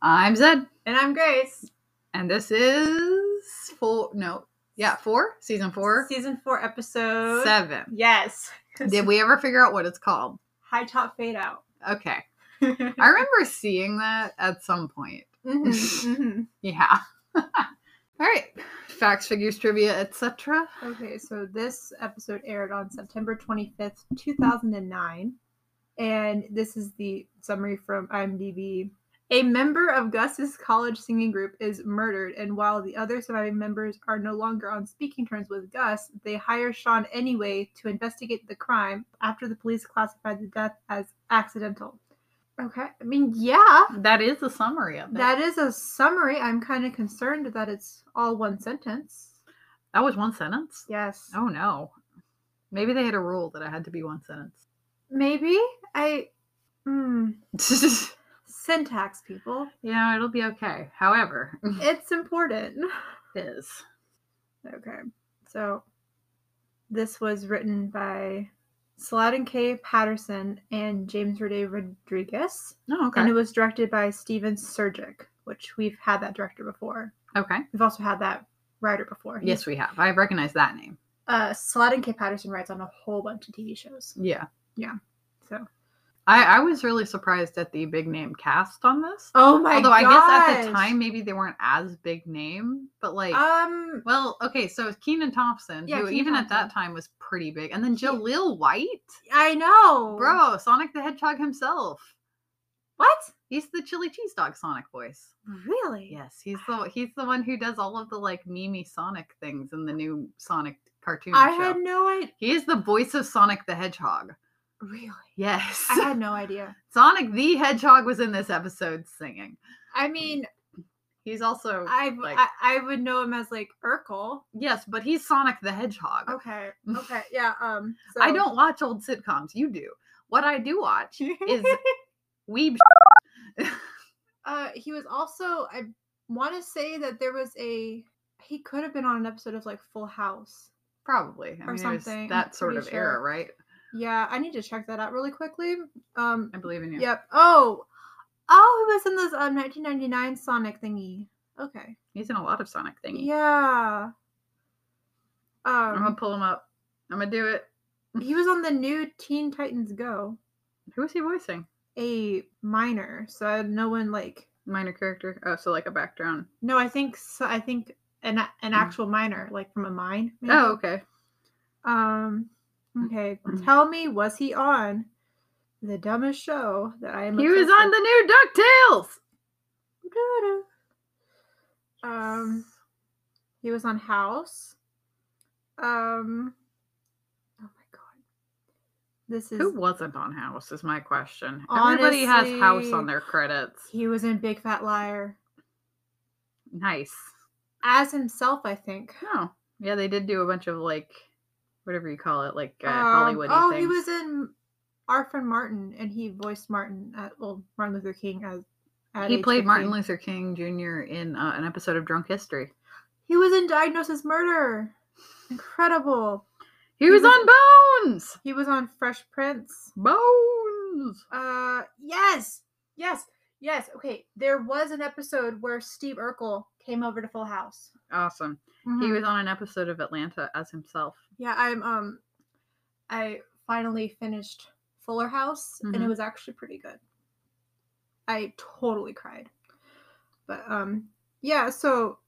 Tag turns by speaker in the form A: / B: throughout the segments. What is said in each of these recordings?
A: I'm Zed,
B: And I'm Grace.
A: and this is four. No, yeah, four. Season four,
B: Season 4, episode
A: seven.
B: Yes.
A: Did we ever figure out what it's called?
B: High top fade out.
A: Okay, I remember seeing that at some point. mm-hmm.
B: Mhm, mhm.
A: Yeah. All right, facts, figures, trivia, etc.
B: Okay, so this episode aired on September 25th, 2009. And this is the summary from IMDb. A member of Gus's college singing group is murdered, and while the other surviving members are no longer on speaking terms with Gus, they hire Sean anyway to investigate the crime after the police classified the death as accidental. Okay, I mean, yeah,
A: That is the summary of it.
B: that is a summary. I'm kind of concerned that it's all one sentence.
A: that was one sentence.
B: Yes.
A: Oh no. Maybe they had a rule that it had to be one sentence.
B: Maybe I. Hmm. Syntax, people.
A: yeah, it'll be okay. However,
B: It's important.
A: it is.
B: Okay. So this was written by Saladin K. Patterson and James Rode Rodriguez.
A: Oh, okay.
B: And it was directed by Steven Sergic, which we've had that director before.
A: okay.
B: We've also had that writer before. He's-
A: Yes, we have. I recognize that name.
B: Uh, Saladin K. Patterson writes on a whole bunch of TV shows.
A: Yeah.
B: So.
A: I, I was really surprised at the big name cast on this.
B: Oh my
A: Although I guess at the
B: gosh.
A: time maybe they weren't as big name, but like
B: Um.
A: well, okay, so it's Keenan Thompson,
B: Yeah,
A: who
B: Kenan
A: even at that
B: Thompson.
A: time was pretty big, and then
B: He- Oh.
A: Jaleel White,
B: I know,
A: bro, Sonic the Hedgehog himself.
B: What?
A: He's the chili cheese dog Sonic voice.
B: Really?
A: Yes, he's the he's the one who does all of the like mimi Sonic things in the new Sonic cartoon
B: I
A: show.
B: had no idea.
A: He is the voice of Sonic the Hedgehog.
B: Really?
A: Yes.
B: I had no idea.
A: Sonic the Hedgehog was in this episode singing.
B: I mean,
A: He's also
B: I,
A: like-
B: I I would know him as like Urkel.
A: yes, but he's Sonic the Hedgehog.
B: Okay. Okay. Yeah. Um. So.
A: I don't watch old sitcoms. You do. What I do watch is Weeb.
B: uh, he was also. I want to say that there was a. He could have been on an episode of like Full House.
A: Probably. I
B: Or
A: mean, it was
B: something, I'm
A: That sort of
B: pretty
A: era,
B: sure.
A: right?
B: Yeah, I need to check that out really quickly. Um.
A: I believe in you.
B: Yep. Oh. Oh, he was in this um 1999 Sonic thingy. Okay.
A: He's in a lot of Sonic things.
B: Yeah. Um.
A: I'm gonna pull him up. I'm gonna do it.
B: he was on the new Teen Titans Go,
A: Who is he voicing?
B: a minor. So I, no one like
A: Minor character. Oh, so like a background.
B: no. I think so, I think an a- an
A: Mm.
B: actual minor, like from a mine. maybe?
A: Oh, okay. Mm.
B: Um. Okay. Tell me, was he on the dumbest show that I am?
A: He was
B: obsessed
A: on the new DuckTales.
B: with? Doo-doo. Um. He was on House. Um. Oh my god. This is.
A: Who wasn't on House is my question. Everybody has House
B: Honestly,
A: on their credits.
B: He was in Big Fat Liar
A: Nice.
B: as himself, I think.
A: Oh, yeah, they did do a bunch of like whatever you call it, like uh,
B: Um,
A: Hollywood.
B: Oh,
A: things.
B: he was in Our Friend Martin, and he voiced Martin at well Martin Luther King as. At
A: He
B: age
A: played Martin
B: 15.
A: Luther King Jr. in uh, an episode of Drunk History.
B: He was in Diagnosis Murder. Incredible.
A: He,
B: He
A: was,
B: was-
A: on Bones.
B: He was on Fresh Prince.
A: Bones.
B: Uh, yes, yes, yes. Okay, there was an episode where Steve Urkel came over to Full House.
A: Awesome. He
B: Mhm.
A: was on an episode of Atlanta as himself.
B: Yeah, I'm um, I finally finished Fuller House, and it
A: Mhm.
B: was actually pretty good. I totally cried, but um, yeah. So,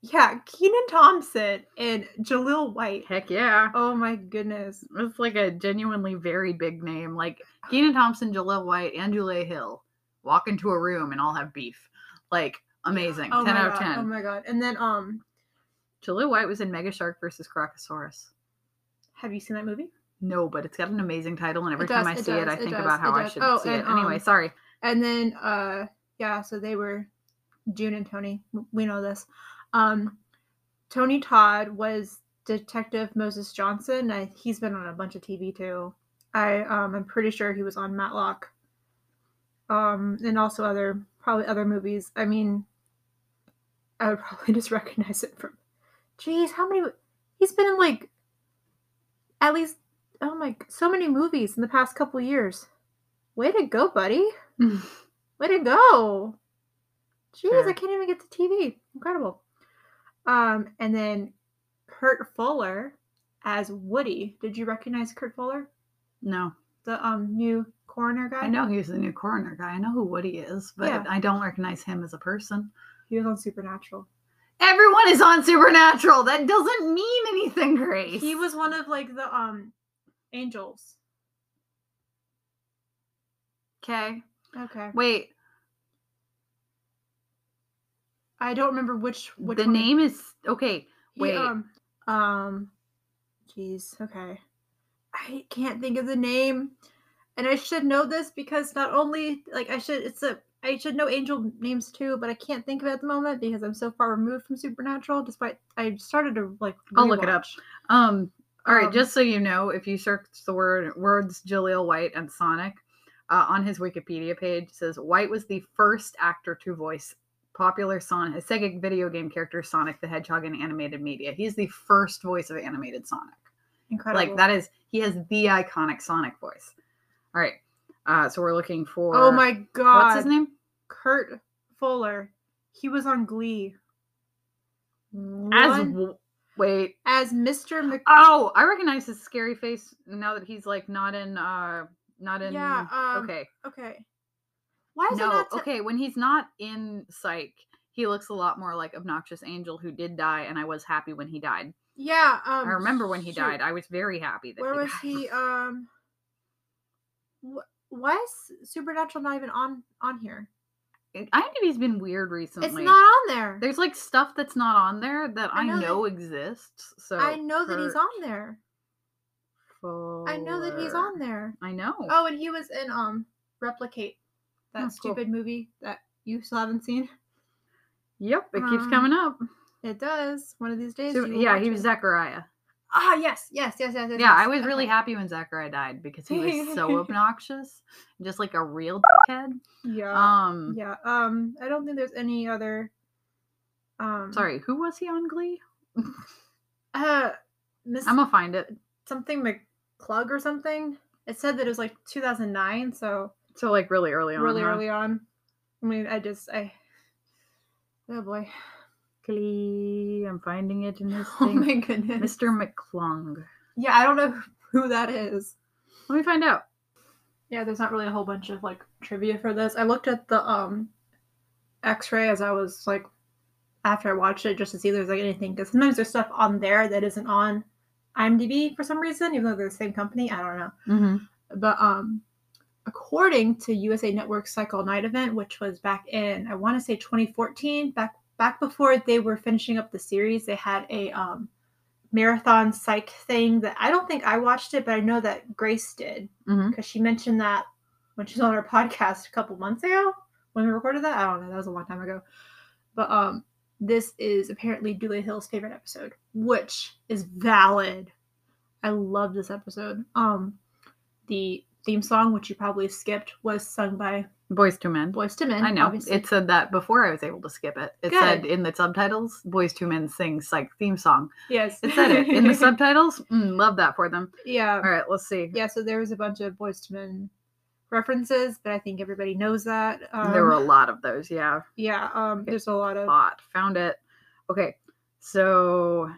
B: yeah, Keenan Thompson and Jaleel White.
A: Heck yeah.
B: Oh my goodness.
A: It's like a genuinely very big name. Like Keenan Thompson, Jaleel White, and Julia Hill walk into a room and all have beef. Like amazing.
B: Oh
A: ten
B: my
A: out of
B: god,
A: ten.
B: Oh my god. And then um,
A: Jaleel White was in Mega Shark versus Crocosaurus.
B: have you seen that movie?
A: No, but it's got an amazing title, and every
B: does,
A: time I
B: it
A: see it,
B: does,
A: I
B: it
A: think
B: does,
A: about
B: it
A: how I
B: does.
A: should
B: Oh,
A: see
B: and,
A: it. Anyway,
B: um,
A: sorry.
B: And then uh, yeah. So they were June and Tony. w- We know this. Um, Tony Todd was Detective Moses Johnson. I, he's been on a bunch of TV too. I um, I'm pretty sure he was on Matlock. Um, and also other probably other movies. I mean, I would probably just recognize it from. Jeez, how many? He's been in like at least oh my so many movies in the past couple years. Way to go, buddy. Way to go. Jeez, I
A: Sure.
B: can't even get to TV. Incredible. Um, and then Kurt Fuller as Woody. Did you recognize Kurt Fuller,
A: No,
B: the um new coroner guy?
A: I know he was the new coroner guy. I know who Woody is, but
B: Yeah.
A: I don't recognize him as a person.
B: He was on Supernatural.
A: Everyone is on Supernatural. That doesn't mean anything, Grace.
B: He was one of like the um angels.
A: okay.
B: Okay.
A: Wait,
B: I don't remember which which
A: the
B: one-
A: name is okay.
B: he,
A: Wait,
B: um um jeez, okay. I can't think of the name. And I should know this because not only like I should it's a I should know angel names too, but I can't think of it at the moment because I'm so far removed from Supernatural despite I started to like
A: I'll look it up.
B: rewatch.
A: um, all right.
B: um,
A: just so you know, if you search the word words Jaleel White and Sonic, uh, on his Wikipedia page it says White was the first actor to voice popular Sonic, Sega video game character Sonic the Hedgehog in animated media. He's the first voice of animated Sonic.
B: Incredible.
A: Like that is he has the iconic Sonic voice. All right. Uh, so we're looking for
B: Oh my god.
A: what's his name?
B: Kurt Fuller. He was on Glee.
A: As
B: One-
A: w- wait.
B: as Mr. Mc-
A: Oh, I recognize his scary face now that he's like not in uh not in
B: Yeah, um,
A: okay.
B: okay. Why is it
A: No,
B: not? t-
A: okay, when he's not in psych, he looks a lot more like obnoxious angel who did die and I was happy when he died.
B: Yeah. Um,
A: I remember when he
B: shoot.
A: died. I was very happy that
B: Where
A: he
B: was
A: died.
B: he? Um. wh- Why is Supernatural not even on on here?
A: IMDb's been weird recently.
B: It's not on there.
A: There's like stuff that's not on there that
B: I
A: I know,
B: know that-
A: exists. So
B: I know that he's
A: Kurt
B: on there. I know that he's
A: Fuller.
B: on there.
A: I know.
B: Oh, and he was in um Replicate, that
A: Oh, cool.
B: stupid movie that you still haven't seen.
A: Yep, it keeps
B: um,
A: coming up.
B: It does. One of these days.
A: So-
B: you will
A: yeah,
B: watch
A: he was
B: it.
A: Zechariah.
B: Ah, yes, yes, yes, yes. yes
A: Yeah, I
B: yes,
A: was really
B: okay.
A: happy when Zechariah died because he was so obnoxious, just like a real head.
B: Yeah.
A: Um,
B: Uh, yeah. Um, I don't think there's any other. Um,
A: sorry, who was he on Glee?
B: Uh, Miss
A: I'm gonna find it.
B: something McClug or something. It said that it was like 2009, so
A: So like really early on.
B: really
A: huh?
B: early on. I mean, I just I. Oh boy!
A: Glee. I'm finding it in this
B: Oh
A: thing.
B: my goodness!
A: Mr. McClung.
B: Yeah, I don't know who that is.
A: Let me find out.
B: Yeah, there's not really a whole bunch of like trivia for this. I looked at the um X-ray as I was like after I watched it just to see if there's like anything because sometimes there's stuff on there that isn't on IMDb for some reason, even though they're the same company. I don't know.
A: Mm-hmm.
B: But um, according to USA Network Cycle Night event, which was back in I want to say 2014, back back before they were finishing up the series, they had a um, marathon psych thing that I don't think I watched it, but I know that Grace did
A: Mhm.
B: because she mentioned that when she was on her podcast a couple months ago when we recorded that. I don't know, that was a long time ago. But um, this is apparently Dooley Hill's favorite episode, which is valid. I love this episode. Um, the theme song, which you probably skipped, was sung by
A: Boys to Men.
B: Boyz II Men.
A: I know.
B: obviously.
A: It said that before I was able to skip it. It said
B: Good.
A: in the subtitles, Boys to Men sings like theme song.
B: yes,
A: It said it in the subtitles. Mm, love that for them.
B: yeah,
A: All right, let's see.
B: yeah. So there was a bunch of Boyz II Men references, but I think everybody knows that. Um,
A: there were a lot of those. Yeah,
B: yeah. Um, there's a lot of.
A: lot. Found it. Okay, so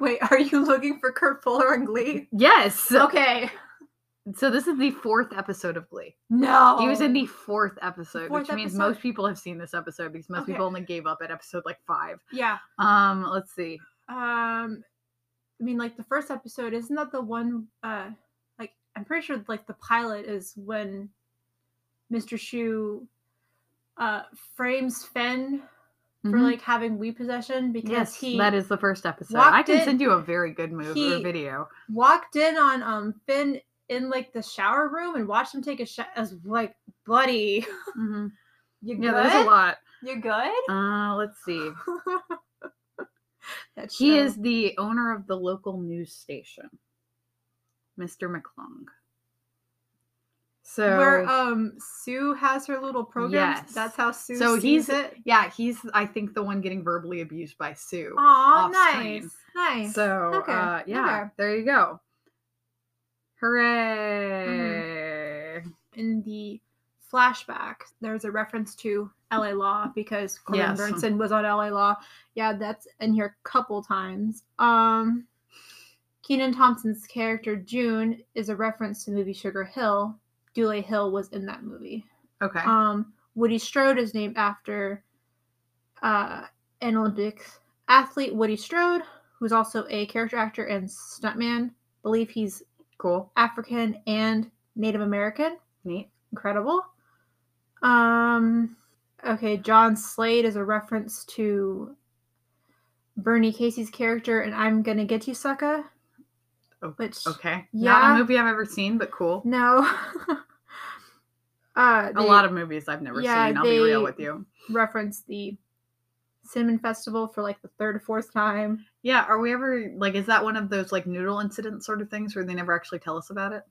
B: Wait, are you looking for Kurt Fuller and Glee?
A: yes.
B: Okay.
A: So this is the fourth episode of Glee.
B: No.
A: He was in the fourth episode,
B: Um, fourth
A: which means
B: episode?
A: most people have seen this episode because most
B: Okay.
A: people only gave up at episode like five.
B: Yeah.
A: Um, let's see.
B: Um, I mean, like the first episode isn't that the one? Uh, like I'm pretty sure like the pilot is when Mr. Shu uh frames Fenn for
A: Mhm.
B: like having Wii possession because
A: yes,
B: he
A: that is the first episode. I
B: walked
A: can
B: in-
A: send you a very good movie or
B: he-
A: video.
B: walked in on um Finn in like the shower room and watched him take a shower. As like, buddy,
A: hmm
B: you good?
A: Yeah, there's a lot.
B: You good?
A: Uh, let's see.
B: that
A: He
B: show.
A: is the owner of the local news station, Mr. McClung. So,
B: where um Sue has her little program.
A: Yes.
B: That's how Sue
A: So
B: sees
A: he's-
B: it.
A: yeah, he's I think the one getting verbally abused by Sue.
B: Aw,
A: off
B: nice.
A: screen.
B: Nice.
A: So,
B: Okay,
A: uh, yeah,
B: okay.
A: there you go. Hooray!
B: Mm-hmm. in the flashback, there's a reference to LA Law because Corbin
A: Yes.
B: Burnson was on LA Law. Yeah, that's in here a couple times. Um Keenan Thompson's character June is a reference to the movie Sugar Hill. Dooley Hill was in that movie.
A: Okay.
B: Um, Woody Strode is named after uh, an Olympic athlete, Woody Strode, who's also a character actor and stuntman. Believe he's
A: cool.
B: African and Native American.
A: Neat.
B: Incredible. Um, okay, John Slade is a reference to Bernie Casey's character, and I'm gonna get you, sucker.
A: Oh,
B: Which
A: Okay. Not
B: Yeah.
A: a movie I've ever seen, but cool.
B: no. uh,
A: a lot of movies I've never
B: Yeah,
A: seen. I'll be real
B: they-
A: with you.
B: reference the cinnamon festival for like the third or fourth time
A: Yeah. Are we ever like? Is that one of those like noodle incident sort of things where they never actually tell us about it?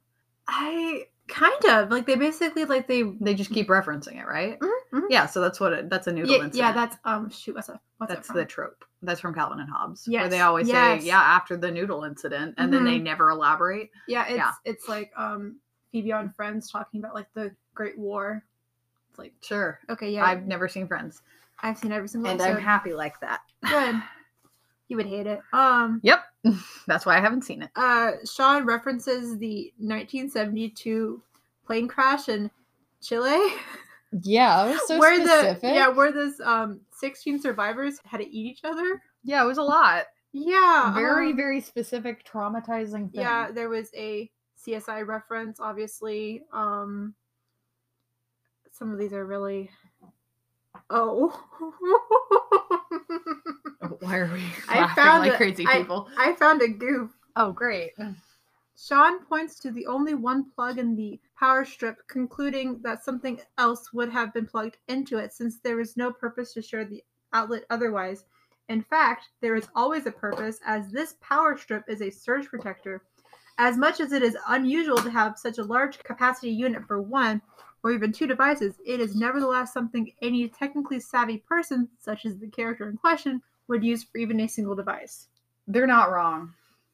B: i kind of like they basically like they
A: They just keep referencing it, right?
B: mhm.
A: Yeah. So that's what it, that's a noodle
B: Mm-hmm.
A: incident.
B: yeah, yeah that's um shoot what's that what's
A: that's
B: that
A: the
B: from?
A: trope. That's from Calvin and Hobbes, where they
B: Yes,
A: always
B: yes. Mm-hmm.
A: say, "Yeah, after the noodle incident," and then they never elaborate.
B: yeah it's
A: yeah.
B: it's like um phoebe on friends talking about like the great war it's like
A: Sure,
B: okay yeah
A: I've
B: i've,
A: never seen Friends,
B: seen every single
A: and I'm
B: episode
A: happy like that.
B: good you would hate it um
A: Yep, that's why I haven't seen it.
B: uh sean references the 1972 plane crash in chile
A: Yeah, it was
B: where the yeah where this um 16 survivors had to eat each other
A: yeah, it was a lot.
B: yeah
A: Very,
B: um,
A: very specific, traumatizing thing.
B: yeah there was a csi reference obviously um some of these are really oh
A: Why are we
B: I
A: laughing
B: found
A: like
B: a-
A: crazy people?
B: i found a goof
A: oh, great.
B: sean points to the only one plug in the power strip concluding that something else would have been plugged into it since there was no purpose to share the outlet otherwise in fact there is always a purpose as this power strip is a surge protector As much as it is unusual to have such a large capacity unit for one or even two devices, it is nevertheless something any technically savvy person, such as the character in question, would use for even a single device.
A: They're not wrong.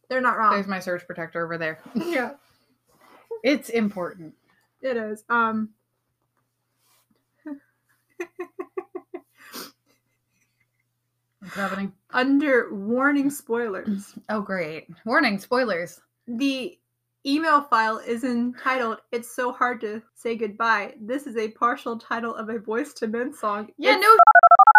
B: They're not
A: There's
B: wrong.
A: my surge protector over there.
B: yeah,
A: It's important.
B: it is. Um
A: What's happening?
B: under warning spoilers.
A: Oh, great. Warning, spoilers.
B: The email file is entitled It's So Hard to Say Goodbye. This is a partial title of a Voice to Men song.
A: Yeah,
B: It's
A: no.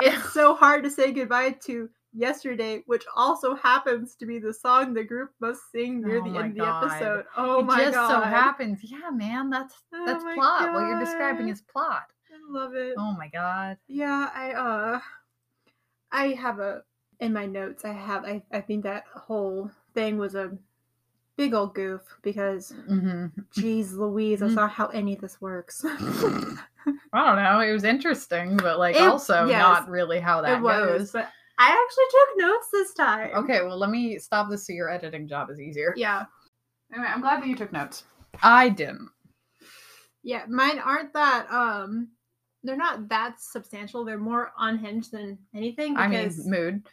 B: it's so hard to say goodbye to yesterday which also happens to be the song the group must sing near
A: Oh
B: the
A: my
B: end
A: God.
B: of the episode oh
A: it
B: my
A: just
B: god
A: so happens. Yeah, man, that's
B: Oh
A: that's
B: my
A: plot. What you're describing
B: God.
A: is plot.
B: i love it
A: Oh my god.
B: yeah i uh i have a in my notes i have i, I think that whole thing was a big old goof because
A: hmm
B: geez louise that's
A: Mm.
B: not how any of this works
A: I don't know. It was interesting, but like
B: It-
A: also
B: yes,
A: not really how that
B: it was
A: goes.
B: but i actually took notes this time
A: Okay, well, let me stop this so your editing job is easier.
B: yeah
A: Anyway, I'm glad that you took notes. I didn't.
B: Yeah, mine aren't that um they're not that substantial. They're more unhinged than anything
A: I mean,
B: because
A: mood.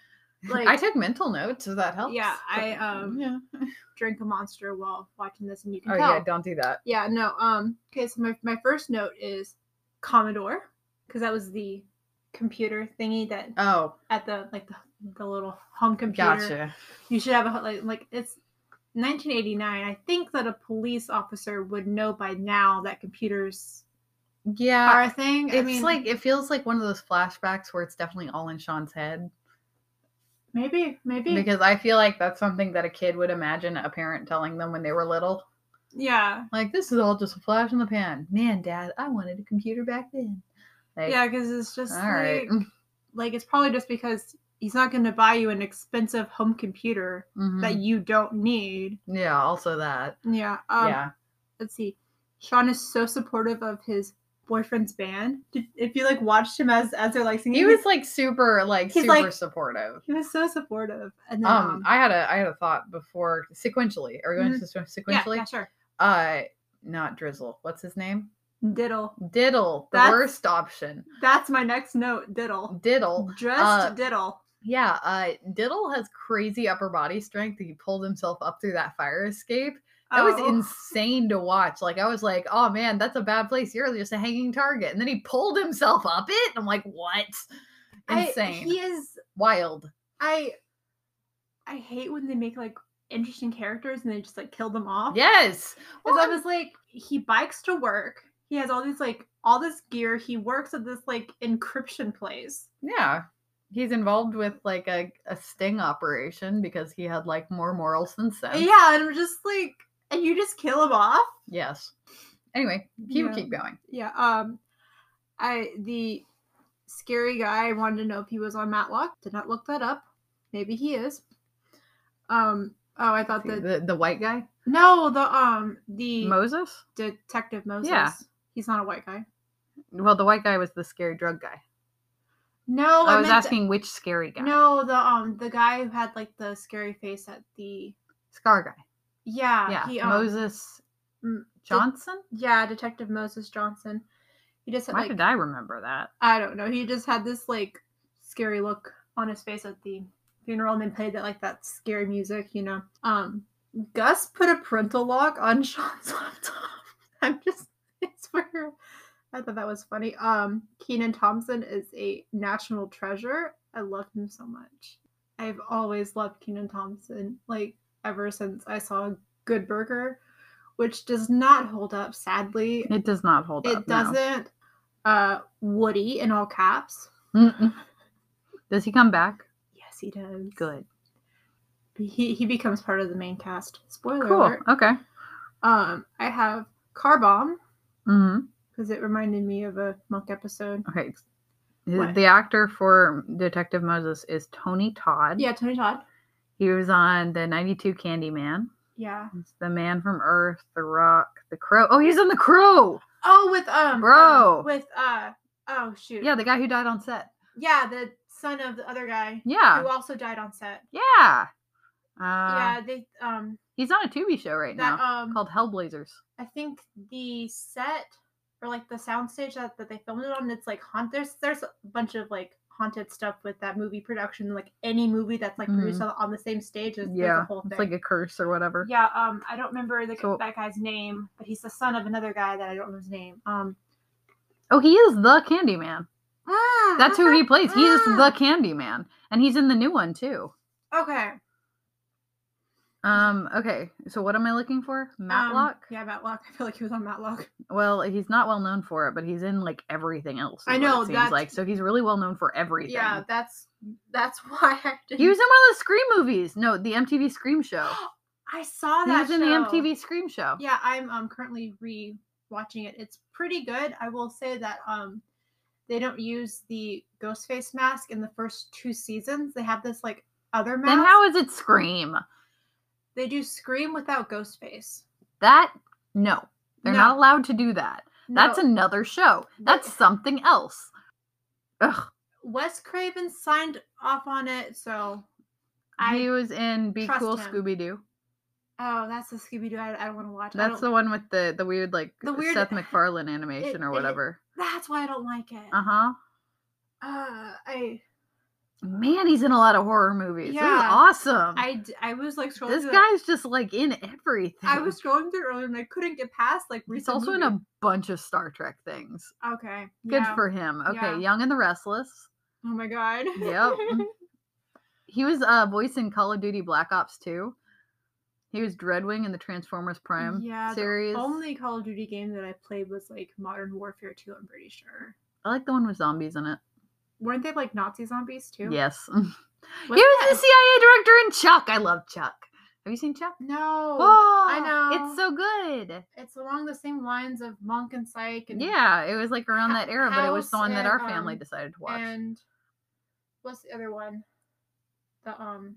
B: like
A: I took mental notes, so that helps.
B: Yeah,
A: but-
B: I, um,
A: yeah.
B: drink a monster while watching this and you can
A: Oh
B: tell.
A: yeah, don't do that.
B: Yeah, no. Um okay, so my my first note is Commodore because that was the computer thingy that
A: Oh,
B: at the like the, the little home computer.
A: gotcha.
B: You should have a like like it's 1989. I think that a police officer would know by now that computers
A: Yeah,
B: are a thing.
A: Uh, it's
B: I mean,
A: like it feels like one of those flashbacks where it's definitely all in Sean's head.
B: maybe maybe
A: Because I feel like that's something that a kid would imagine a parent telling them when they were little.
B: yeah.
A: Like, this is all just a flash in the pan. Man, Dad, I wanted a computer back then. Like,
B: Yeah, because it's just
A: all
B: like,
A: right.
B: like it's probably just because he's not going to buy you an expensive home computer
A: Mhm.
B: that you don't need.
A: Yeah, also that.
B: Yeah. Um,
A: yeah.
B: Let's see. Sean is so supportive of his boyfriend's band. Did, if you like watched him as as they're like singing,
A: He was like super, like,
B: he's
A: super
B: like-
A: supportive.
B: he was so supportive. And then, um,
A: Um, I had a I had a thought before sequentially. Are we going to sequ-
B: Mm-hmm. yeah,
A: sequentially?
B: yeah, sure.
A: Uh, not drizzle. What's his name?
B: Diddle.
A: Diddle, the
B: That's-
A: worst option.
B: That's my next note. Diddle.
A: Diddle.
B: Dressed
A: uh,
B: diddle.
A: Yeah, uh, Diddle has crazy upper body strength. He pulled himself up through that fire escape That was
B: Oh.
A: insane to watch. Like I was like, oh man, that's a bad place. You're just a hanging target. And then he pulled himself up it. I'm like, what?
B: I-
A: Insane.
B: he is
A: Wild.
B: I I hate when they make like interesting characters and they just like kill them off.
A: Yes.
B: Because
A: Well,
B: I
A: I'm-
B: was like, he bikes to work. He has all these like all this gear. He works at this like encryption place.
A: yeah. He's involved with like a, a sting operation because he had like more morals than sense.
B: Yeah, and I'm just like, and you just kill him off.
A: Yes. Anyway, keep
B: Yeah.
A: keep going.
B: Yeah. Um, I the scary guy wanted to know if he was on Matlock. Did not look that up. Maybe he is. Um. Oh, I thought
A: The,
B: that
A: the, white guy?
B: no, the um the
A: Moses?
B: detective Moses. He's not a white guy.
A: Well, the white guy was the scary drug guy.
B: No,
A: I was
B: Oh, meant-
A: asking which scary guy.
B: No, the um the guy who had like the scary face at the
A: Scar guy.
B: yeah
A: Yeah.
B: he um,
A: Moses
B: Mm,
A: Johnson?
B: yeah Detective Moses Johnson. He just had
A: Why
B: like
A: did I remember that?
B: I don't know. He just had this like scary look on his face at the funeral, and then played that like that scary music, you know. Um, Gus put a parental lock on Sean's laptop. I'm just, I swear, I thought that was funny. Um, Keenan Thompson is a national treasure. I love him so much. I've always loved Keenan Thompson, like ever since I saw Good Burger, which does not hold up, sadly.
A: It does not hold up.
B: It doesn't. Uh, Woody in all caps.
A: No. Mm-mm. Does he come back?
B: Yes, he does.
A: Good.
B: He he becomes part of the main cast. Spoiler
A: Cool.
B: alert.
A: Okay.
B: Um, I have Car Bomb
A: hmm
B: because it reminded me of a monk episode.
A: Okay. The-
B: What?
A: The actor for Detective Moses is Tony Todd.
B: Yeah, Tony Todd.
A: He was on the 92 Candyman.
B: Yeah.
A: He's the Man from Earth, The Rock, The Crow. Oh, he's on The Crow.
B: Oh, with um,
A: Bro.
B: um, with uh, oh shoot.
A: Yeah, the guy who died on set.
B: Yeah, the son of the other guy
A: Yeah.
B: who also died on set.
A: Yeah. Uh,
B: yeah, they um
A: He's on a Tubi show right
B: that
A: now
B: um
A: called Hellblazers.
B: I think the set or like the soundstage that, that they filmed it on, it's like haunt. There's there's a bunch of like haunted stuff with that movie production. Like any movie that's like produced on, on the same stage is yeah,
A: Mm-hmm. Yeah.
B: the whole thing.
A: It's like a curse or whatever.
B: yeah, um, I don't remember the,
A: So-
B: that guy's name, but he's the son of another guy that I don't remember his name. Um,
A: Oh, he is the Candyman. That's who he plays. He
B: Ah.
A: is the Candyman, and he's in the new one too.
B: Okay, um,
A: Um. Okay. So what am I looking for? Matlock.
B: um, yeah, Matlock. I feel like he was on Matlock.
A: Well, he's not well known for it, but he's in like everything else. is
B: I
A: what
B: know,
A: It seems
B: that's-
A: like so he's really well known for everything.
B: Yeah, that's that's why I didn't.
A: He was in one of the Scream movies. No, the MTV Scream show.
B: I saw
A: he
B: that.
A: was in the
B: show.
A: MTV Scream show.
B: yeah i'm um currently re-watching it it's pretty good i will say that um they don't use the ghost face mask in the first two seasons they have this like other mask
A: Then how is it Scream?
B: they do scream without ghost face
A: That no, they're
B: No,
A: not allowed to do that. That's
B: no.
A: another show. That's something else. Ugh.
B: wes craven signed off on it so i
A: he was in Be
B: trust
A: Cool
B: him.
A: Scooby Doo.
B: oh that's the scooby-doo i, I don't want to watch I
A: That's the
B: don't-
A: one with the the weird like
B: The weird-
A: Seth MacFarlane animation
B: it-
A: or
B: it-
A: whatever.
B: that's why i don't like it
A: Uh huh.
B: uh i
A: Man, he's in a lot of horror movies.
B: Yeah.
A: This is awesome.
B: i d- i was like scrolling
A: this
B: through the-
A: guy's just like in everything.
B: i was scrolling through earlier and i couldn't get past like
A: He's
B: recent
A: also in
B: movies.
A: a bunch of Star Trek things.
B: okay
A: Good
B: yeah.
A: for him. Okay,
B: Yeah.
A: Young and the Restless.
B: Oh my god.
A: Yep. He was uh voice in Call of Duty Black Ops 2. He was Dreadwing in the Transformers Prime
B: Yeah, the
A: series.
B: Only Call of Duty game that I played was like Modern Warfare 2, I'm pretty sure.
A: I like the one with zombies in it.
B: Weren't they like Nazi zombies too?
A: Yes. he was
B: What's
A: the CIA director in Chuck. I love Chuck. Have you seen Chuck?
B: No.
A: Oh,
B: know.
A: It's so good.
B: It's along the same lines of Monk and Psych and
A: Yeah, it was like around
B: Ha-
A: that era, but it was the
B: House
A: one that
B: and,
A: our family
B: um,
A: decided to watch.
B: and what's the other one? The um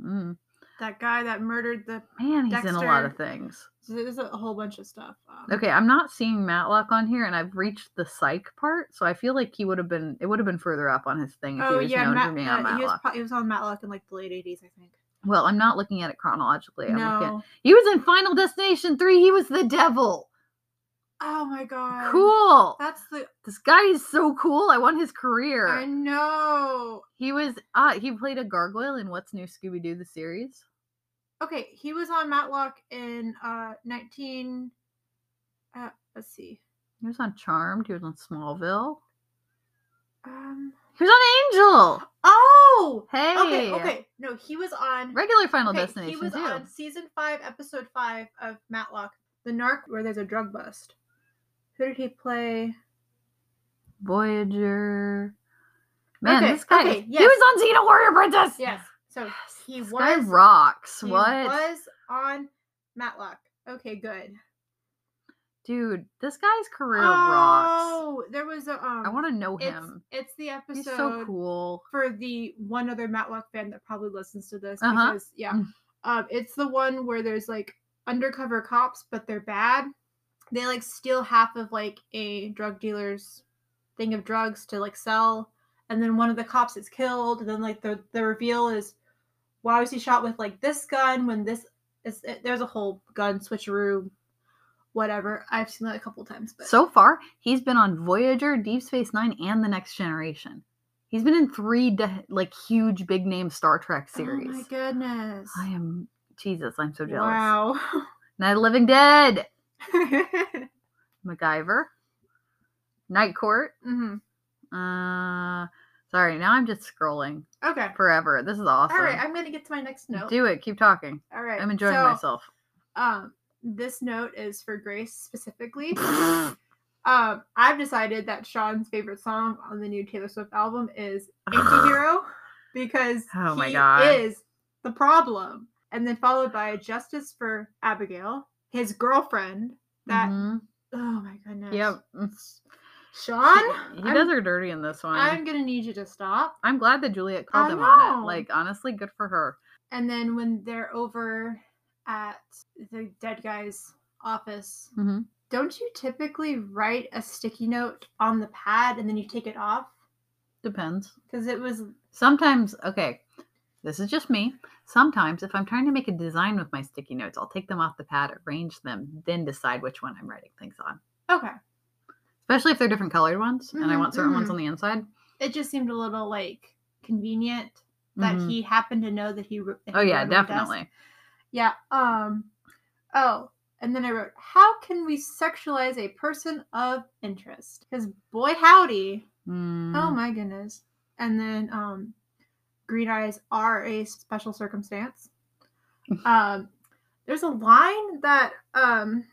A: Mm.
B: that guy that murdered the
A: Man, he's in a lot
B: Dexter.
A: of things.
B: so there's a whole bunch of stuff. Um,
A: Okay, I'm not seeing Matlock on here, and I've reached the psych part, so I feel like he would have been. It would have been further up on his thing if
B: Oh
A: he was
B: yeah,
A: known
B: Matt,
A: for being on
B: uh, he was
A: Matlock.
B: pro- he was on Matlock in like the late 80s, I think.
A: well, I'm not looking at it chronologically. I'm looking
B: no.
A: he was in Final Destination Three. He was the devil.
B: Oh my god.
A: Cool.
B: That's the
A: This guy is so cool. I want his career.
B: I know.
A: He was uh he played a gargoyle in What's New Scooby Doo the series.
B: Okay, he was on Matlock in uh 19 uh let's see.
A: He was on Charmed. He was on Smallville.
B: Um
A: He was on Angel.
B: Oh,
A: Hey.
B: okay, okay. No, he was on
A: Regular Final
B: okay,
A: Destination
B: He was
A: too.
B: on season 5 episode 5 of Matlock, The Narc where there's a drug bust. Who did he play?
A: Voyager. Man,
B: Okay,
A: this guy.
B: okay,
A: He
B: yes.
A: was on Xena Warrior Princess.
B: Yes. So
A: Yes,
B: he
A: this
B: was
A: guy rocks.
B: he
A: what?
B: was on Matlock. Okay, good.
A: Dude, this guy's career rocks.
B: Oh, there was a um
A: I want to know
B: it's,
A: him.
B: It's the episode
A: He's so cool.
B: for the one other Matlock fan that probably listens to this
A: Uh-huh.
B: because yeah,
A: Mm.
B: um, it's the one where there's like undercover cops, but they're bad. They like steal half of like a drug dealer's thing of drugs to like sell, and then one of the cops is killed. And then like the the reveal is, why was he shot with like this gun when this is it, there's a whole gun switcheroo, whatever. I've seen that a couple times, but Oh
A: So far, he's been on Voyager, Deep Space Nine, and The Next Generation. He's been in three de- like huge big name Star Trek series.
B: Oh my goodness!
A: I am Jesus. I'm so jealous.
B: Wow.
A: Night of the Living Dead, MacGyver, Night Court.
B: hmm
A: Uh, sorry. Now I'm just scrolling
B: Okay.
A: forever. This is awesome.
B: All right, I'm gonna get to my next note.
A: Do it. Keep talking.
B: All right,
A: I'm enjoying
B: so,
A: myself.
B: Um, this note is for Grace specifically. um, I've decided that Sean's favorite song on the new Taylor Swift album is "Antihero" because
A: Oh my
B: he
A: God.
B: is the problem, and then followed by "Justice for Abigail," his girlfriend. That
A: Mhm.
B: oh my goodness.
A: Yep.
B: Sean.
A: He
B: I'm-
A: does her dirty in this one.
B: I'm gonna need you to stop.
A: I'm glad that Juliet
B: I
A: called him on
B: know.
A: it. Like, honestly, good for her.
B: And then when they're over at the dead guy's office,
A: Mhm.
B: don't you typically write a sticky note on the pad and then you take it off?
A: Depends.
B: Because it was
A: Sometimes, okay, this is just me. Sometimes, if I'm trying to make a design with my sticky notes, I'll take them off the pad, arrange them, then decide which one I'm writing things on.
B: okay.
A: Especially if they're different colored ones and I
B: Mhm,
A: want certain ones
B: mhm.
A: on the inside.
B: It just seemed a little like convenient that
A: Mhm.
B: he happened to know that he. wr- that
A: Oh,
B: he
A: yeah,
B: wrote on the desk.
A: definitely.
B: Yeah. Um. Oh, and then I wrote, "How can we sexualize a person of interest?" Because boy, howdy. Oh
A: Mm,
B: my goodness. And then um green eyes are a special circumstance. Um there's a line that um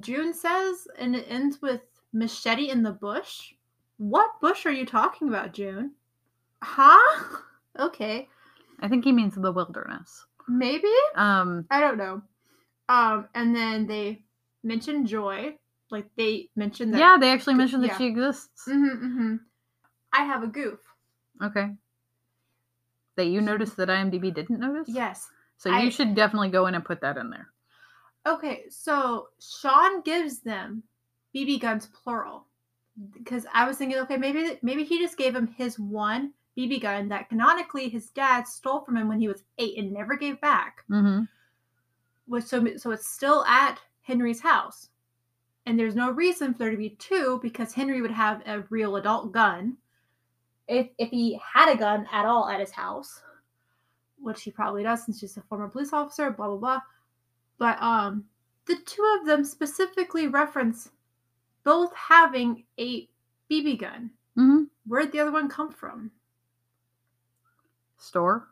B: June says and it ends with machete in the bush. What bush are you talking about, June? Huh? Okay.
A: I think he means the wilderness.
B: Maybe?
A: Um,
B: I don't know. Um and then they mention joy. Like they mention that
A: yeah, they actually
B: Th-
A: mentioned that
B: yeah.
A: she exists.
B: Mhm, mhm. I have a goof.
A: Okay. That you noticed that IMDb didn't notice?
B: Yes.
A: So you
B: I-
A: should definitely go in and put that in there.
B: Okay, so Sean gives them BB guns plural because I was thinking, okay, maybe maybe he just gave him his one BB gun that canonically his dad stole from him when he was eight and never gave back.
A: Mm-hmm.
B: Was so so it's still at Henry's house, and there's no reason for there to be two because Henry would have a real adult gun if if he had a gun at all at his house, which he probably does since he's a former police officer. Blah blah blah. But um, the two of them specifically reference both having a BB gun.
A: Mm-hmm.
B: Where'd the other one come from?
A: Store.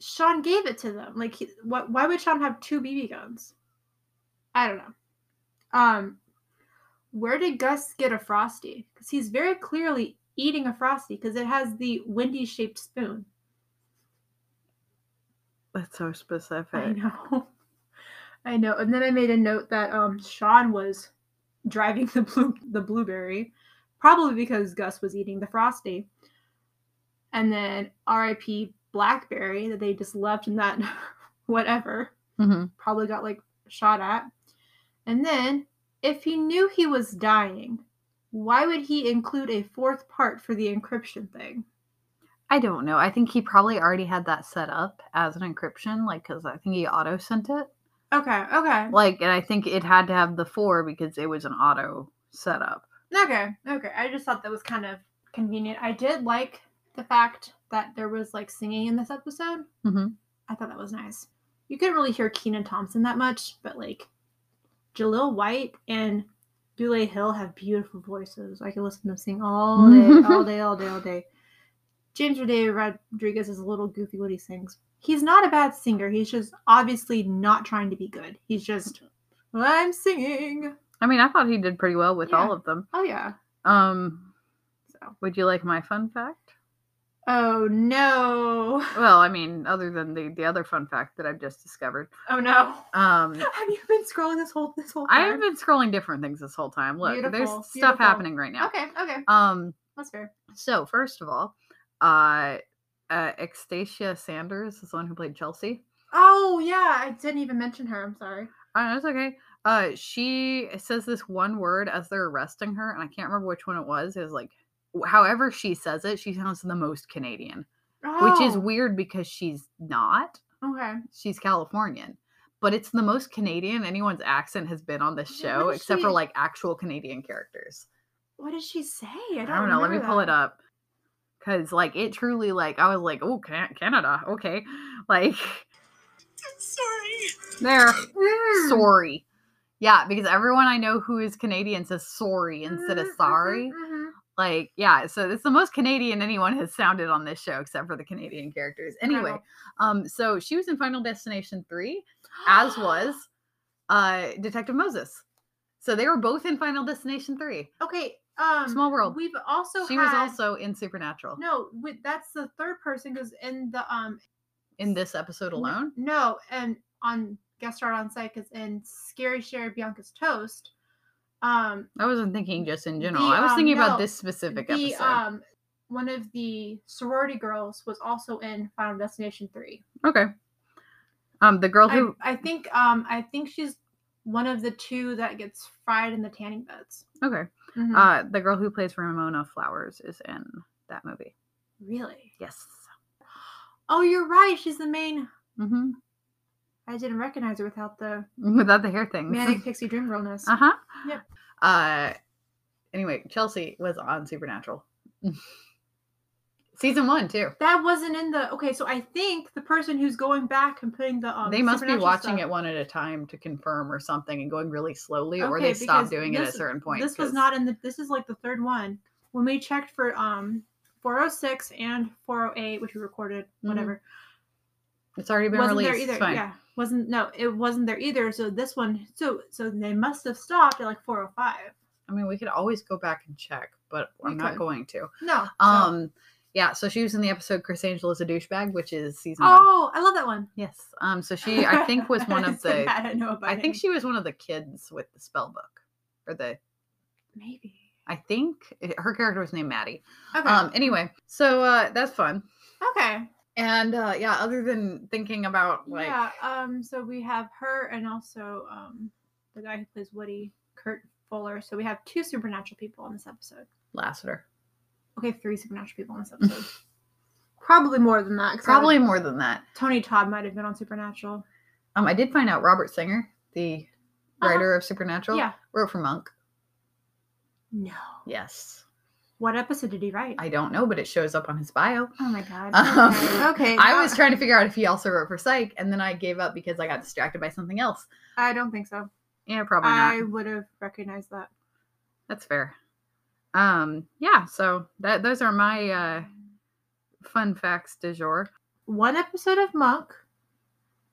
B: Sean gave it to them. Like, he, wh- why would Sean have two BB guns? I don't know. Um, where did Gus get a frosty? Because he's very clearly eating a frosty because it has the windy shaped spoon.
A: That's so specific.
B: I know. I know. And then I made a note that um Sean was driving the blue the blueberry, probably because Gus was eating the frosty. And then R.I.P. Blackberry that they just left in that whatever
A: Mm-hmm.
B: probably got like shot at. And then if he knew he was dying, why would he include a fourth part for the encryption thing?
A: I don't know. I think he probably already had that set up as an encryption, like because I think he auto sent it.
B: Okay, okay.
A: Like, and I think it had to have the four because it was an auto setup.
B: Okay, okay. I just thought that was kind of convenient. I did like the fact that there was like singing in this episode.
A: Mhm.
B: I thought that was nice. You couldn't really hear Keenan Thompson that much, but like Jalil White and Dule Hill have beautiful voices. I could listen to them sing all day, all day, all day, all day. James Rodeo Rodriguez is a little goofy when he sings. He's not a bad singer. He's just obviously not trying to be good. He's just, I'm singing.
A: I mean, I thought he did pretty well with
B: Yeah.
A: all of them.
B: Oh, yeah.
A: Um,
B: So,
A: would you like my fun fact?
B: oh no.
A: Well, I mean, other than the the other fun fact that I've just discovered.
B: Oh no.
A: Um,
B: Have you been scrolling this whole this whole
A: I've
B: time?
A: been scrolling different things this whole time. Look, there's
B: Beautiful,
A: stuff
B: beautiful.
A: happening right now.
B: Okay, okay.
A: Um,
B: That's fair.
A: so first of all, uh, uh Extacia Sanders is the one who played Chelsea.
B: Oh yeah, I didn't even mention her. I'm sorry.
A: Uh, it's okay. Uh, she says this one word as they're arresting her, and I can't remember which one it was. It was like, wh- however she says it, she sounds the most Canadian, which is
B: Oh,
A: weird because she's not.
B: okay.
A: She's Californian, but it's the most Canadian anyone's accent has been on this
B: Yeah, what
A: show,
B: is
A: except for
B: she-
A: like actual Canadian characters.
B: What did she say?
A: I
B: I don't,
A: don't, know. Let me
B: remember
A: pull it
B: that.
A: up. Cause like it truly like I was like oh Can- Canada okay like
C: Sorry.
A: there
B: Mm.
A: sorry. Yeah, because everyone I know who is Canadian says sorry instead of
B: Mhm, mhm,
A: sorry.
B: mhm.
A: Like, yeah, so it's the most Canadian anyone has sounded on this show except for the Canadian characters. Anyway,
B: Incredible.
A: um so she was in Final Destination 3 as was uh Detective Moses. So they were both in Final Destination 3.
B: okay. Um,
A: Small World.
B: We've also
A: she
B: had,
A: was also in Supernatural
B: no. With, that's the third person because in the um
A: in this episode
B: n-
A: alone.
B: No, and on guest star on site because in Scary Sherry Bianca's Toast, um,
A: I wasn't thinking just in general.
B: The,
A: I was
B: um,
A: thinking
B: no,
A: about this specific
B: the
A: episode.
B: um one of the sorority girls was also in Final Destination three.
A: okay. Um the girl
B: I,
A: who
B: I think um I think she's one of the two that gets fried in the tanning beds.
A: okay.
B: Mhm.
A: Uh, the girl who plays Ramona Flowers is in that movie.
B: really?
A: Yes.
B: Oh, you're right. She's the main.
A: hmm
B: Mm-hmm. I didn't recognize her without the
A: Without the hair things.
B: manic pixie dream girlness.
A: uh huh.
B: Yep.
A: Uh, anyway, Chelsea was on Supernatural. Season one too.
B: That wasn't in the okay. So I think the person who's going back and putting the um,
A: they must be
B: supernatural
A: watching
B: stuff-
A: it one at a time to confirm or something, and going really slowly, or
B: Okay,
A: they
B: because
A: stop doing it at a
B: this-
A: certain point.
B: This was
A: 'cause-
B: not in the. This is like the third one. When we checked for um 406 and 408, which we recorded,
A: Mhm.
B: whatever,
A: It's already been
B: wasn't
A: released.
B: there either.
A: It's fine.
B: Yeah, wasn't no, it wasn't there either. So this one, so so they must have stopped at like 405.
A: I mean, we could always go back and check, but
B: We
A: I'm not
B: could.
A: going to.
B: No. so-
A: Um, yeah. So she was in the episode "Chris Angel is a douchebag," which is season one.
B: oh, I love that one.
A: Yes. Um. So she, I think, was one of
B: So
A: the.
B: bad I know about
A: I think
B: it.
A: she was one of the kids with the spell book, or the.
B: maybe.
A: I think it- her character was named Maddie.
B: Okay.
A: Um. Anyway, so uh, that's fun.
B: okay.
A: And uh, yeah, other than thinking about like,
B: yeah. Um. So we have her and also um the guy who plays Woody, Kurt Fuller. So we have two supernatural people on this episode.
A: Lassiter,
B: Okay, three supernatural people on this episode. Probably more than that. 'cause I would-
A: probably more than that.
B: Tony Todd might have been on Supernatural.
A: Um, I did find out Robert Singer, the
B: Uh-huh.
A: writer of Supernatural,
B: Yeah.
A: wrote for Monk.
B: No.
A: Yes,
B: What episode did he write?
A: I don't know, but it shows up on his bio.
B: oh my god.
A: Um,
B: Okay. okay,
A: I
B: no,
A: was trying to figure out if he also wrote for Psych, and then I gave up because I got distracted by something else.
B: I don't think so.
A: Yeah, probably not.
B: I would have recognized that.
A: That's fair. Um, yeah, so that those are my uh fun facts du jour.
B: One episode of Monk,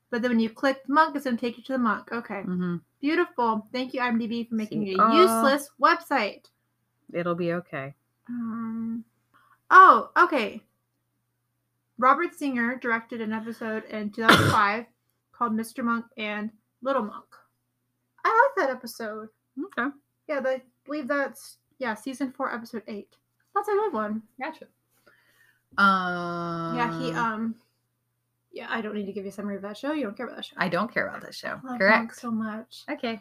B: but then when you click Monk, it's going to take you to the Monk. Okay.
A: hmm
B: Beautiful. Thank you, IMDb, for making
A: See,
B: it a
A: uh,
B: useless website.
A: It'll be okay.
B: Um, oh, okay. Robert Singer directed an episode in 2005 called Mr. Monk and Little Monk. I like that episode.
A: Okay.
B: Yeah, the, I believe that's, yeah, season four, episode eight. That's a good one.
A: Gotcha. Um
B: yeah, he, um, yeah, I don't need to give you a summary of that show. You don't care about that show.
A: I don't care about this show.
B: love Monk
A: Correct.
B: so much.
A: Okay.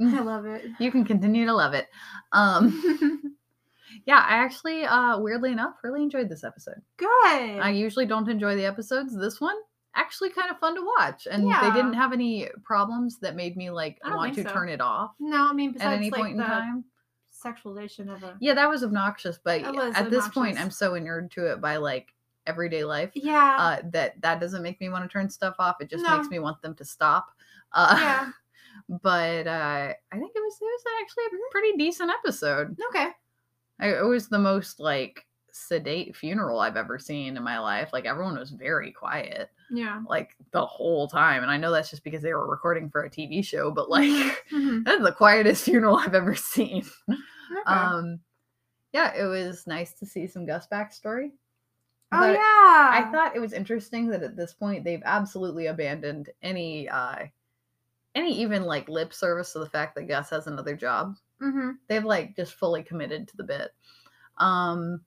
B: I love it.
A: you can continue to love it. Um yeah, I actually uh weirdly enough really enjoyed this episode.
B: good.
A: I usually don't enjoy the episodes. This one actually kind of fun to watch and they didn't
B: Yeah.
A: have any problems that made me like
B: I don't
A: want to
B: think so.
A: turn it off
B: no, I mean,
A: at
B: besides
A: any
B: like
A: point
B: the
A: in time.
B: sexualization of a.
A: Yeah, that was obnoxious, but
B: That was
A: at this point,
B: obnoxious.
A: I'm so inured to it by like everyday life.
B: Yeah.
A: Uh, that that doesn't make me want to turn stuff off. It just
B: No.
A: makes me want them to stop. Uh,
B: yeah.
A: But uh, I think it was it was actually
B: Mm-hmm.
A: a pretty decent episode.
B: Okay.
A: I, it was the most like sedate funeral I've ever seen in my life. Like everyone was very quiet
B: Yeah.
A: like the whole time, and I know that's just because they were recording for a TV show. But like.
B: Mhm.
A: That's the quietest funeral I've ever seen.
B: Okay.
A: Um, yeah, it was nice to see some Gus backstory.
B: oh
A: but
B: yeah.
A: I thought it was interesting that at this point they've absolutely abandoned any uh any even like lip service to the fact that Gus has another job.
B: hmm
A: They've like just fully committed to the bit. Um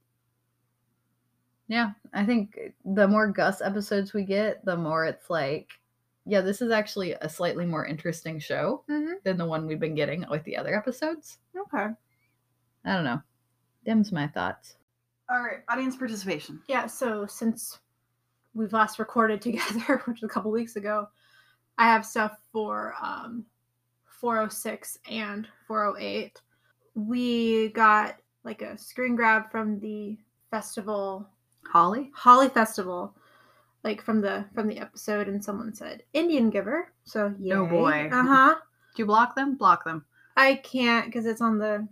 A: yeah, I think the more Gus episodes we get, the more it's like, yeah, this is actually a slightly more interesting show
B: hmm
A: than the one we've been getting with the other episodes.
B: Okay.
A: I don't know. Them's my thoughts.
B: All right.
A: Audience participation.
B: Yeah, so since we've last recorded together, which was a couple weeks ago, I have stuff for um 406 and 408. We got like a screen grab from the festival,
A: Holly?
B: Holly Festival, like from the from the episode and someone said Indian Giver. So yeah.
A: Oh, boy.
B: Uh-huh.
A: Do you block them? Block them.
B: I can't cuz it's on the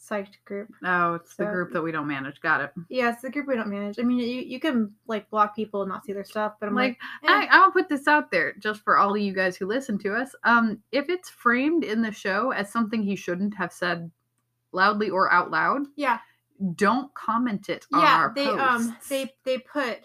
B: psyched group.
A: Oh, it's the
B: So-
A: group that we don't manage. Got it.
B: Yeah, it's the group we don't manage. I mean, you, you can like block people and not see their stuff, but I'm like, "Eh."
A: Like, I, I'm gonna put this out there just for all of you guys who listen to us. Um, if it's framed in the show as something he shouldn't have said loudly or out loud,
B: yeah.
A: don't comment it on
B: yeah
A: our
B: they
A: posts.
B: um they they put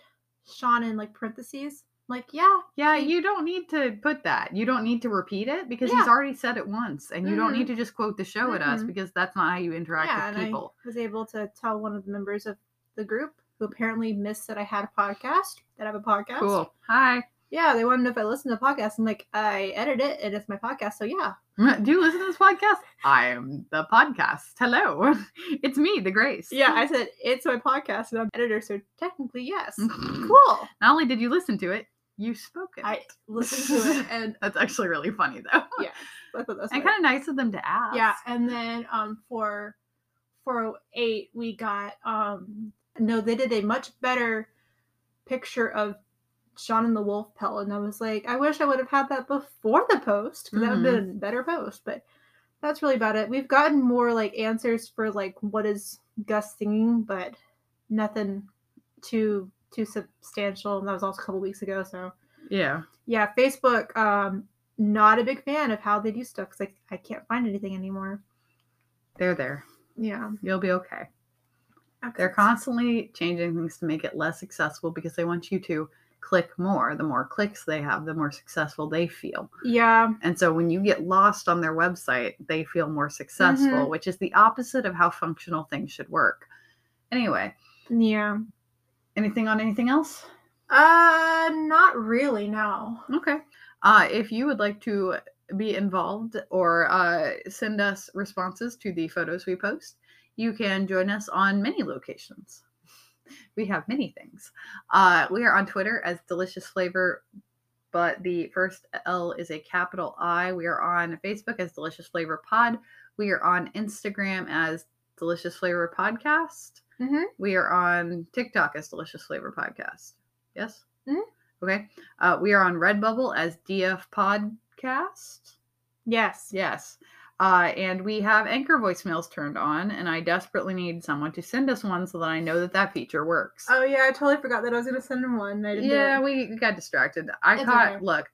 B: sean in like parentheses I'm like yeah
A: yeah, you don't need to put that. You don't need to repeat it because he's
B: Yeah.
A: already said it once, and you don't
B: Mhm.
A: need to just quote the show at us
B: Mhm.
A: because that's not how you interact
B: yeah
A: with
B: and
A: people.
B: i was able to tell one of the members of the group who apparently missed that i had a podcast that i have a podcast
A: Cool. Hi.
B: yeah they want to know if i listen to the podcast i'm like i edit it and it's my podcast so yeah
A: Do you listen to this podcast? I am the podcast. Hello. It's me, the Grace.
B: yeah i said it's my podcast and i'm the editor so technically yes
A: Not
B: cool
A: only did you listen to it, you spoke it.
B: i listened to it and
A: That's actually really funny though.
B: yeah i thought that
A: And
B: was funny.
A: kind of nice of them to ask.
B: Yeah, and then um for 408 we got um no they did a much better picture of Sean and the Wolf Pell and I was like I wish I would have had that before the post because that would have been a better post but that's really about it. We've gotten more like answers for like what is Gus singing but nothing too too substantial and that was also a couple weeks ago so
A: Yeah.
B: yeah facebook um not a big fan of how they do stuff 'cause, like i can't find anything anymore
A: They're there.
B: yeah
A: You'll be okay. They're
B: Okay.
A: constantly changing things to make it less accessible because they want you to click more. The more clicks they have, the more successful they feel.
B: yeah
A: And so when you get lost on their website, they feel more successful,
B: Mhm.
A: which is the opposite of how functional things should work. Anyway,
B: yeah
A: anything on anything else?
B: uh not really no
A: Okay. Uh, if you would like to be involved or uh, send us responses to the photos we post, you can join us on many locations. We have many things. Uh, we are on Twitter as Delicious Flavor, but the first L is a capital I. We are on Facebook as Delicious Flavor Pod. We are on Instagram as Delicious Flavor Podcast.
B: Mhm.
A: We are on TikTok as Delicious Flavor Podcast. Yes?
B: Mhm.
A: Okay. Uh, we are on Redbubble as DF Podcast.
B: yes
A: Yes. Uh, and we have anchor voicemails turned on, and I desperately need someone to send us one so that I know that that feature works.
B: oh yeah i totally forgot that i was gonna send him one and I didn't do
A: yeah,
B: it.
A: we got distracted. I
B: It's
A: caught,
B: okay.
A: look,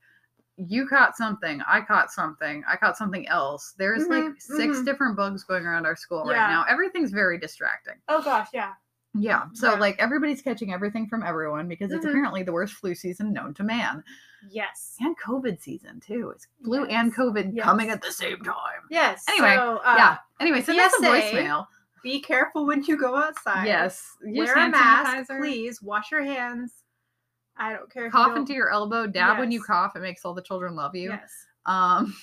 A: you caught something. I caught something. I caught something else. There's like
B: Mhm,
A: 6
B: mhm.
A: different bugs going around our school right
B: Yeah.
A: now. Everything's very distracting.
B: oh gosh yeah
A: Yeah. So,
B: Yeah.
A: like, everybody's catching everything from everyone because it's
B: Mhm.
A: apparently the worst flu season known to man
B: yes
A: and COVID season, too. It's flu and
B: Yes.
A: COVID coming
B: Yes.
A: at the same time.
B: yes
A: Anyway,
B: so, uh,
A: yeah. Anyway, send us a
B: PSA,
A: voicemail.
B: be careful when you go outside
A: Yes. Use
B: uh, wear a
A: hand
B: mask
A: sanitizer.
B: please wash your hands i don't care if you
A: Cough
B: don't-
A: into your elbow. Dab when you
B: Yes.
A: cough. It makes all the children love you.
B: yes
A: Um,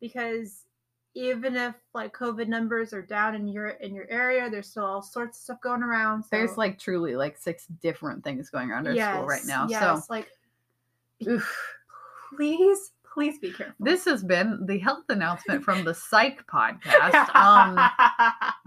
B: because even if like COVID numbers are down in your in your area, there's still all sorts of stuff going around. So
A: there's like truly like six different things going around our school right
B: yes,
A: now.
B: Yes, like
A: So, oof.
B: please, please be careful.
A: this has been the health announcement from the Psych podcast. Um,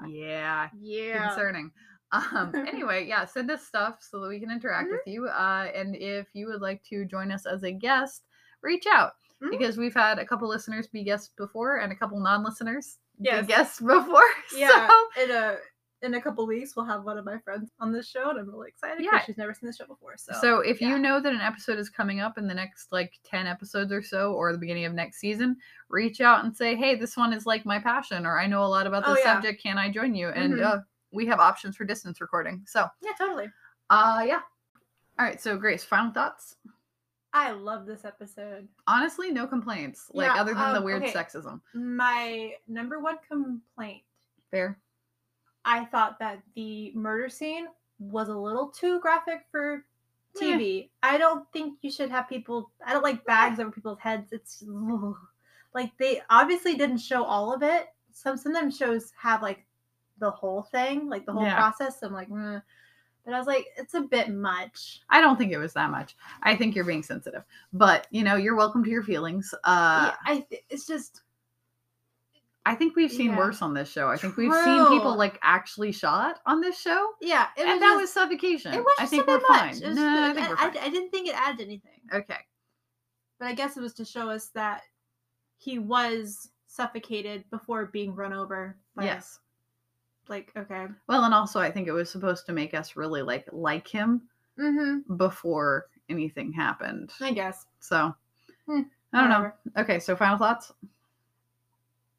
A: yeah,
B: yeah.
A: concerning. Um, anyway, yeah, send us stuff so that we can interact
B: Mhm.
A: with you. Uh, and if you would like to join us as a guest, reach out
B: Mhm.
A: because we've had a couple listeners be guests before and a couple non-listeners
B: Yes.
A: be guests before.
B: Yeah.
A: So,
B: in a in a couple weeks, we'll have one of my friends on this show, and I'm really excited because
A: Yeah.
B: she's never seen the show before. So,
A: So, if
B: yeah.
A: you know that an episode is coming up in the next like 10 episodes or so, or the beginning of next season, reach out and say, Hey, this one is like my passion, or I know a lot about
B: Oh,
A: this
B: yeah.
A: subject. Can I join you? And
B: Mhm.
A: uh, we have options for distance recording. So,
B: yeah, totally.
A: uh, yeah. All right. So, Grace, final thoughts?
B: I love this episode.
A: Honestly, no complaints, like
B: Yeah,
A: other than the
B: um,
A: weird
B: okay.
A: sexism.
B: My number one complaint:
A: Fair.
B: I thought that the murder scene was a little too graphic for
A: Meh.
B: TV. I don't think you should have people. I don't like bags over people's heads. It's like they obviously didn't show all of it. Some some of them shows have like the whole thing, like the whole
A: Yeah.
B: process. I'm like, "Meh." but I was like, it's a bit much.
A: I don't think it was that much. I think you're being sensitive, but you know, you're welcome to your feelings. Uh,
B: Yeah, I th- it's just
A: I think we've seen
B: Yeah.
A: worse on this show. I think we've seen people
B: True.
A: like actually shot on this show.
B: yeah, it
A: and
B: was
A: that
B: just-
A: was suffocation.
B: it was
A: I
B: just
A: think
B: a
A: we're
B: bit much.
A: fine.
B: It was
A: No, I
B: just-
A: think we're
B: I,
A: fine.
B: I didn't think it adds anything,
A: Okay.
B: but I guess it was to show us that he was suffocated before being run over. by-
A: Yes.
B: Like okay.
A: Well, and also I think it was supposed to make us really like like him
B: Mm-hmm.
A: before anything happened.
B: I guess.
A: So
B: Hmm,
A: I don't know.
B: whatever.
A: Okay, so final thoughts?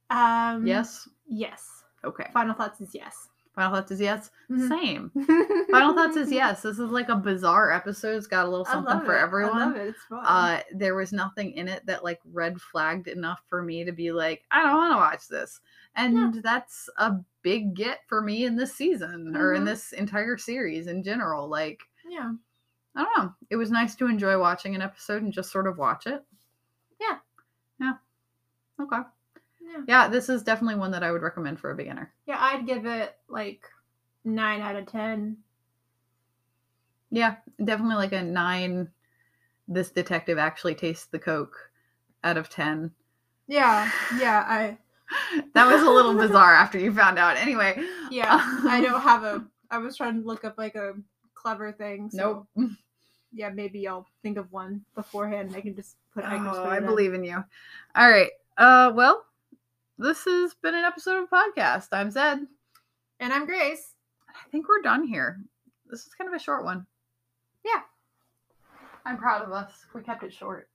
B: Um.
A: Yes.
B: Yes.
A: Okay.
B: Final thoughts is yes.
A: Final thoughts is yes.
B: Mhm.
A: Same. Final thoughts is yes. This is like a bizarre episode. It's got a little
B: I
A: something
B: love
A: for
B: it.
A: everyone.
B: I love it. It's fun.
A: Uh, there was nothing in it that like red flagged enough for me to be like, I don't want to watch this. And that's a big get for me in this season or in
B: Mhm.
A: this entire series in general. Like,
B: yeah.
A: I don't know. It was nice to enjoy watching an episode and just sort of watch it.
B: Yeah.
A: Yeah. Okay.
B: Yeah.
A: Yeah, this is definitely one that I would recommend for a beginner.
B: Yeah. I'd give it like nine out of ten.
A: Yeah, definitely like a nine. This detective actually tastes the Coke out of 10.
B: Yeah. Yeah. I.
A: that was a little bizarre after you found out. Anyway.
B: Yeah,
A: Uh,
B: I don't have a. I was trying to look up like a clever thing. So
A: Nope.
B: Yeah, maybe I'll think of one beforehand. I can just put. I, can just
A: Oh,
B: put
A: I
B: it in.
A: believe in you. All right. Uh, well, this has been an episode of podcast. I'm Zed.
B: And I'm Grace.
A: I think we're done here. This is kind of a short one.
B: Yeah.
A: I'm proud of us. We kept it short.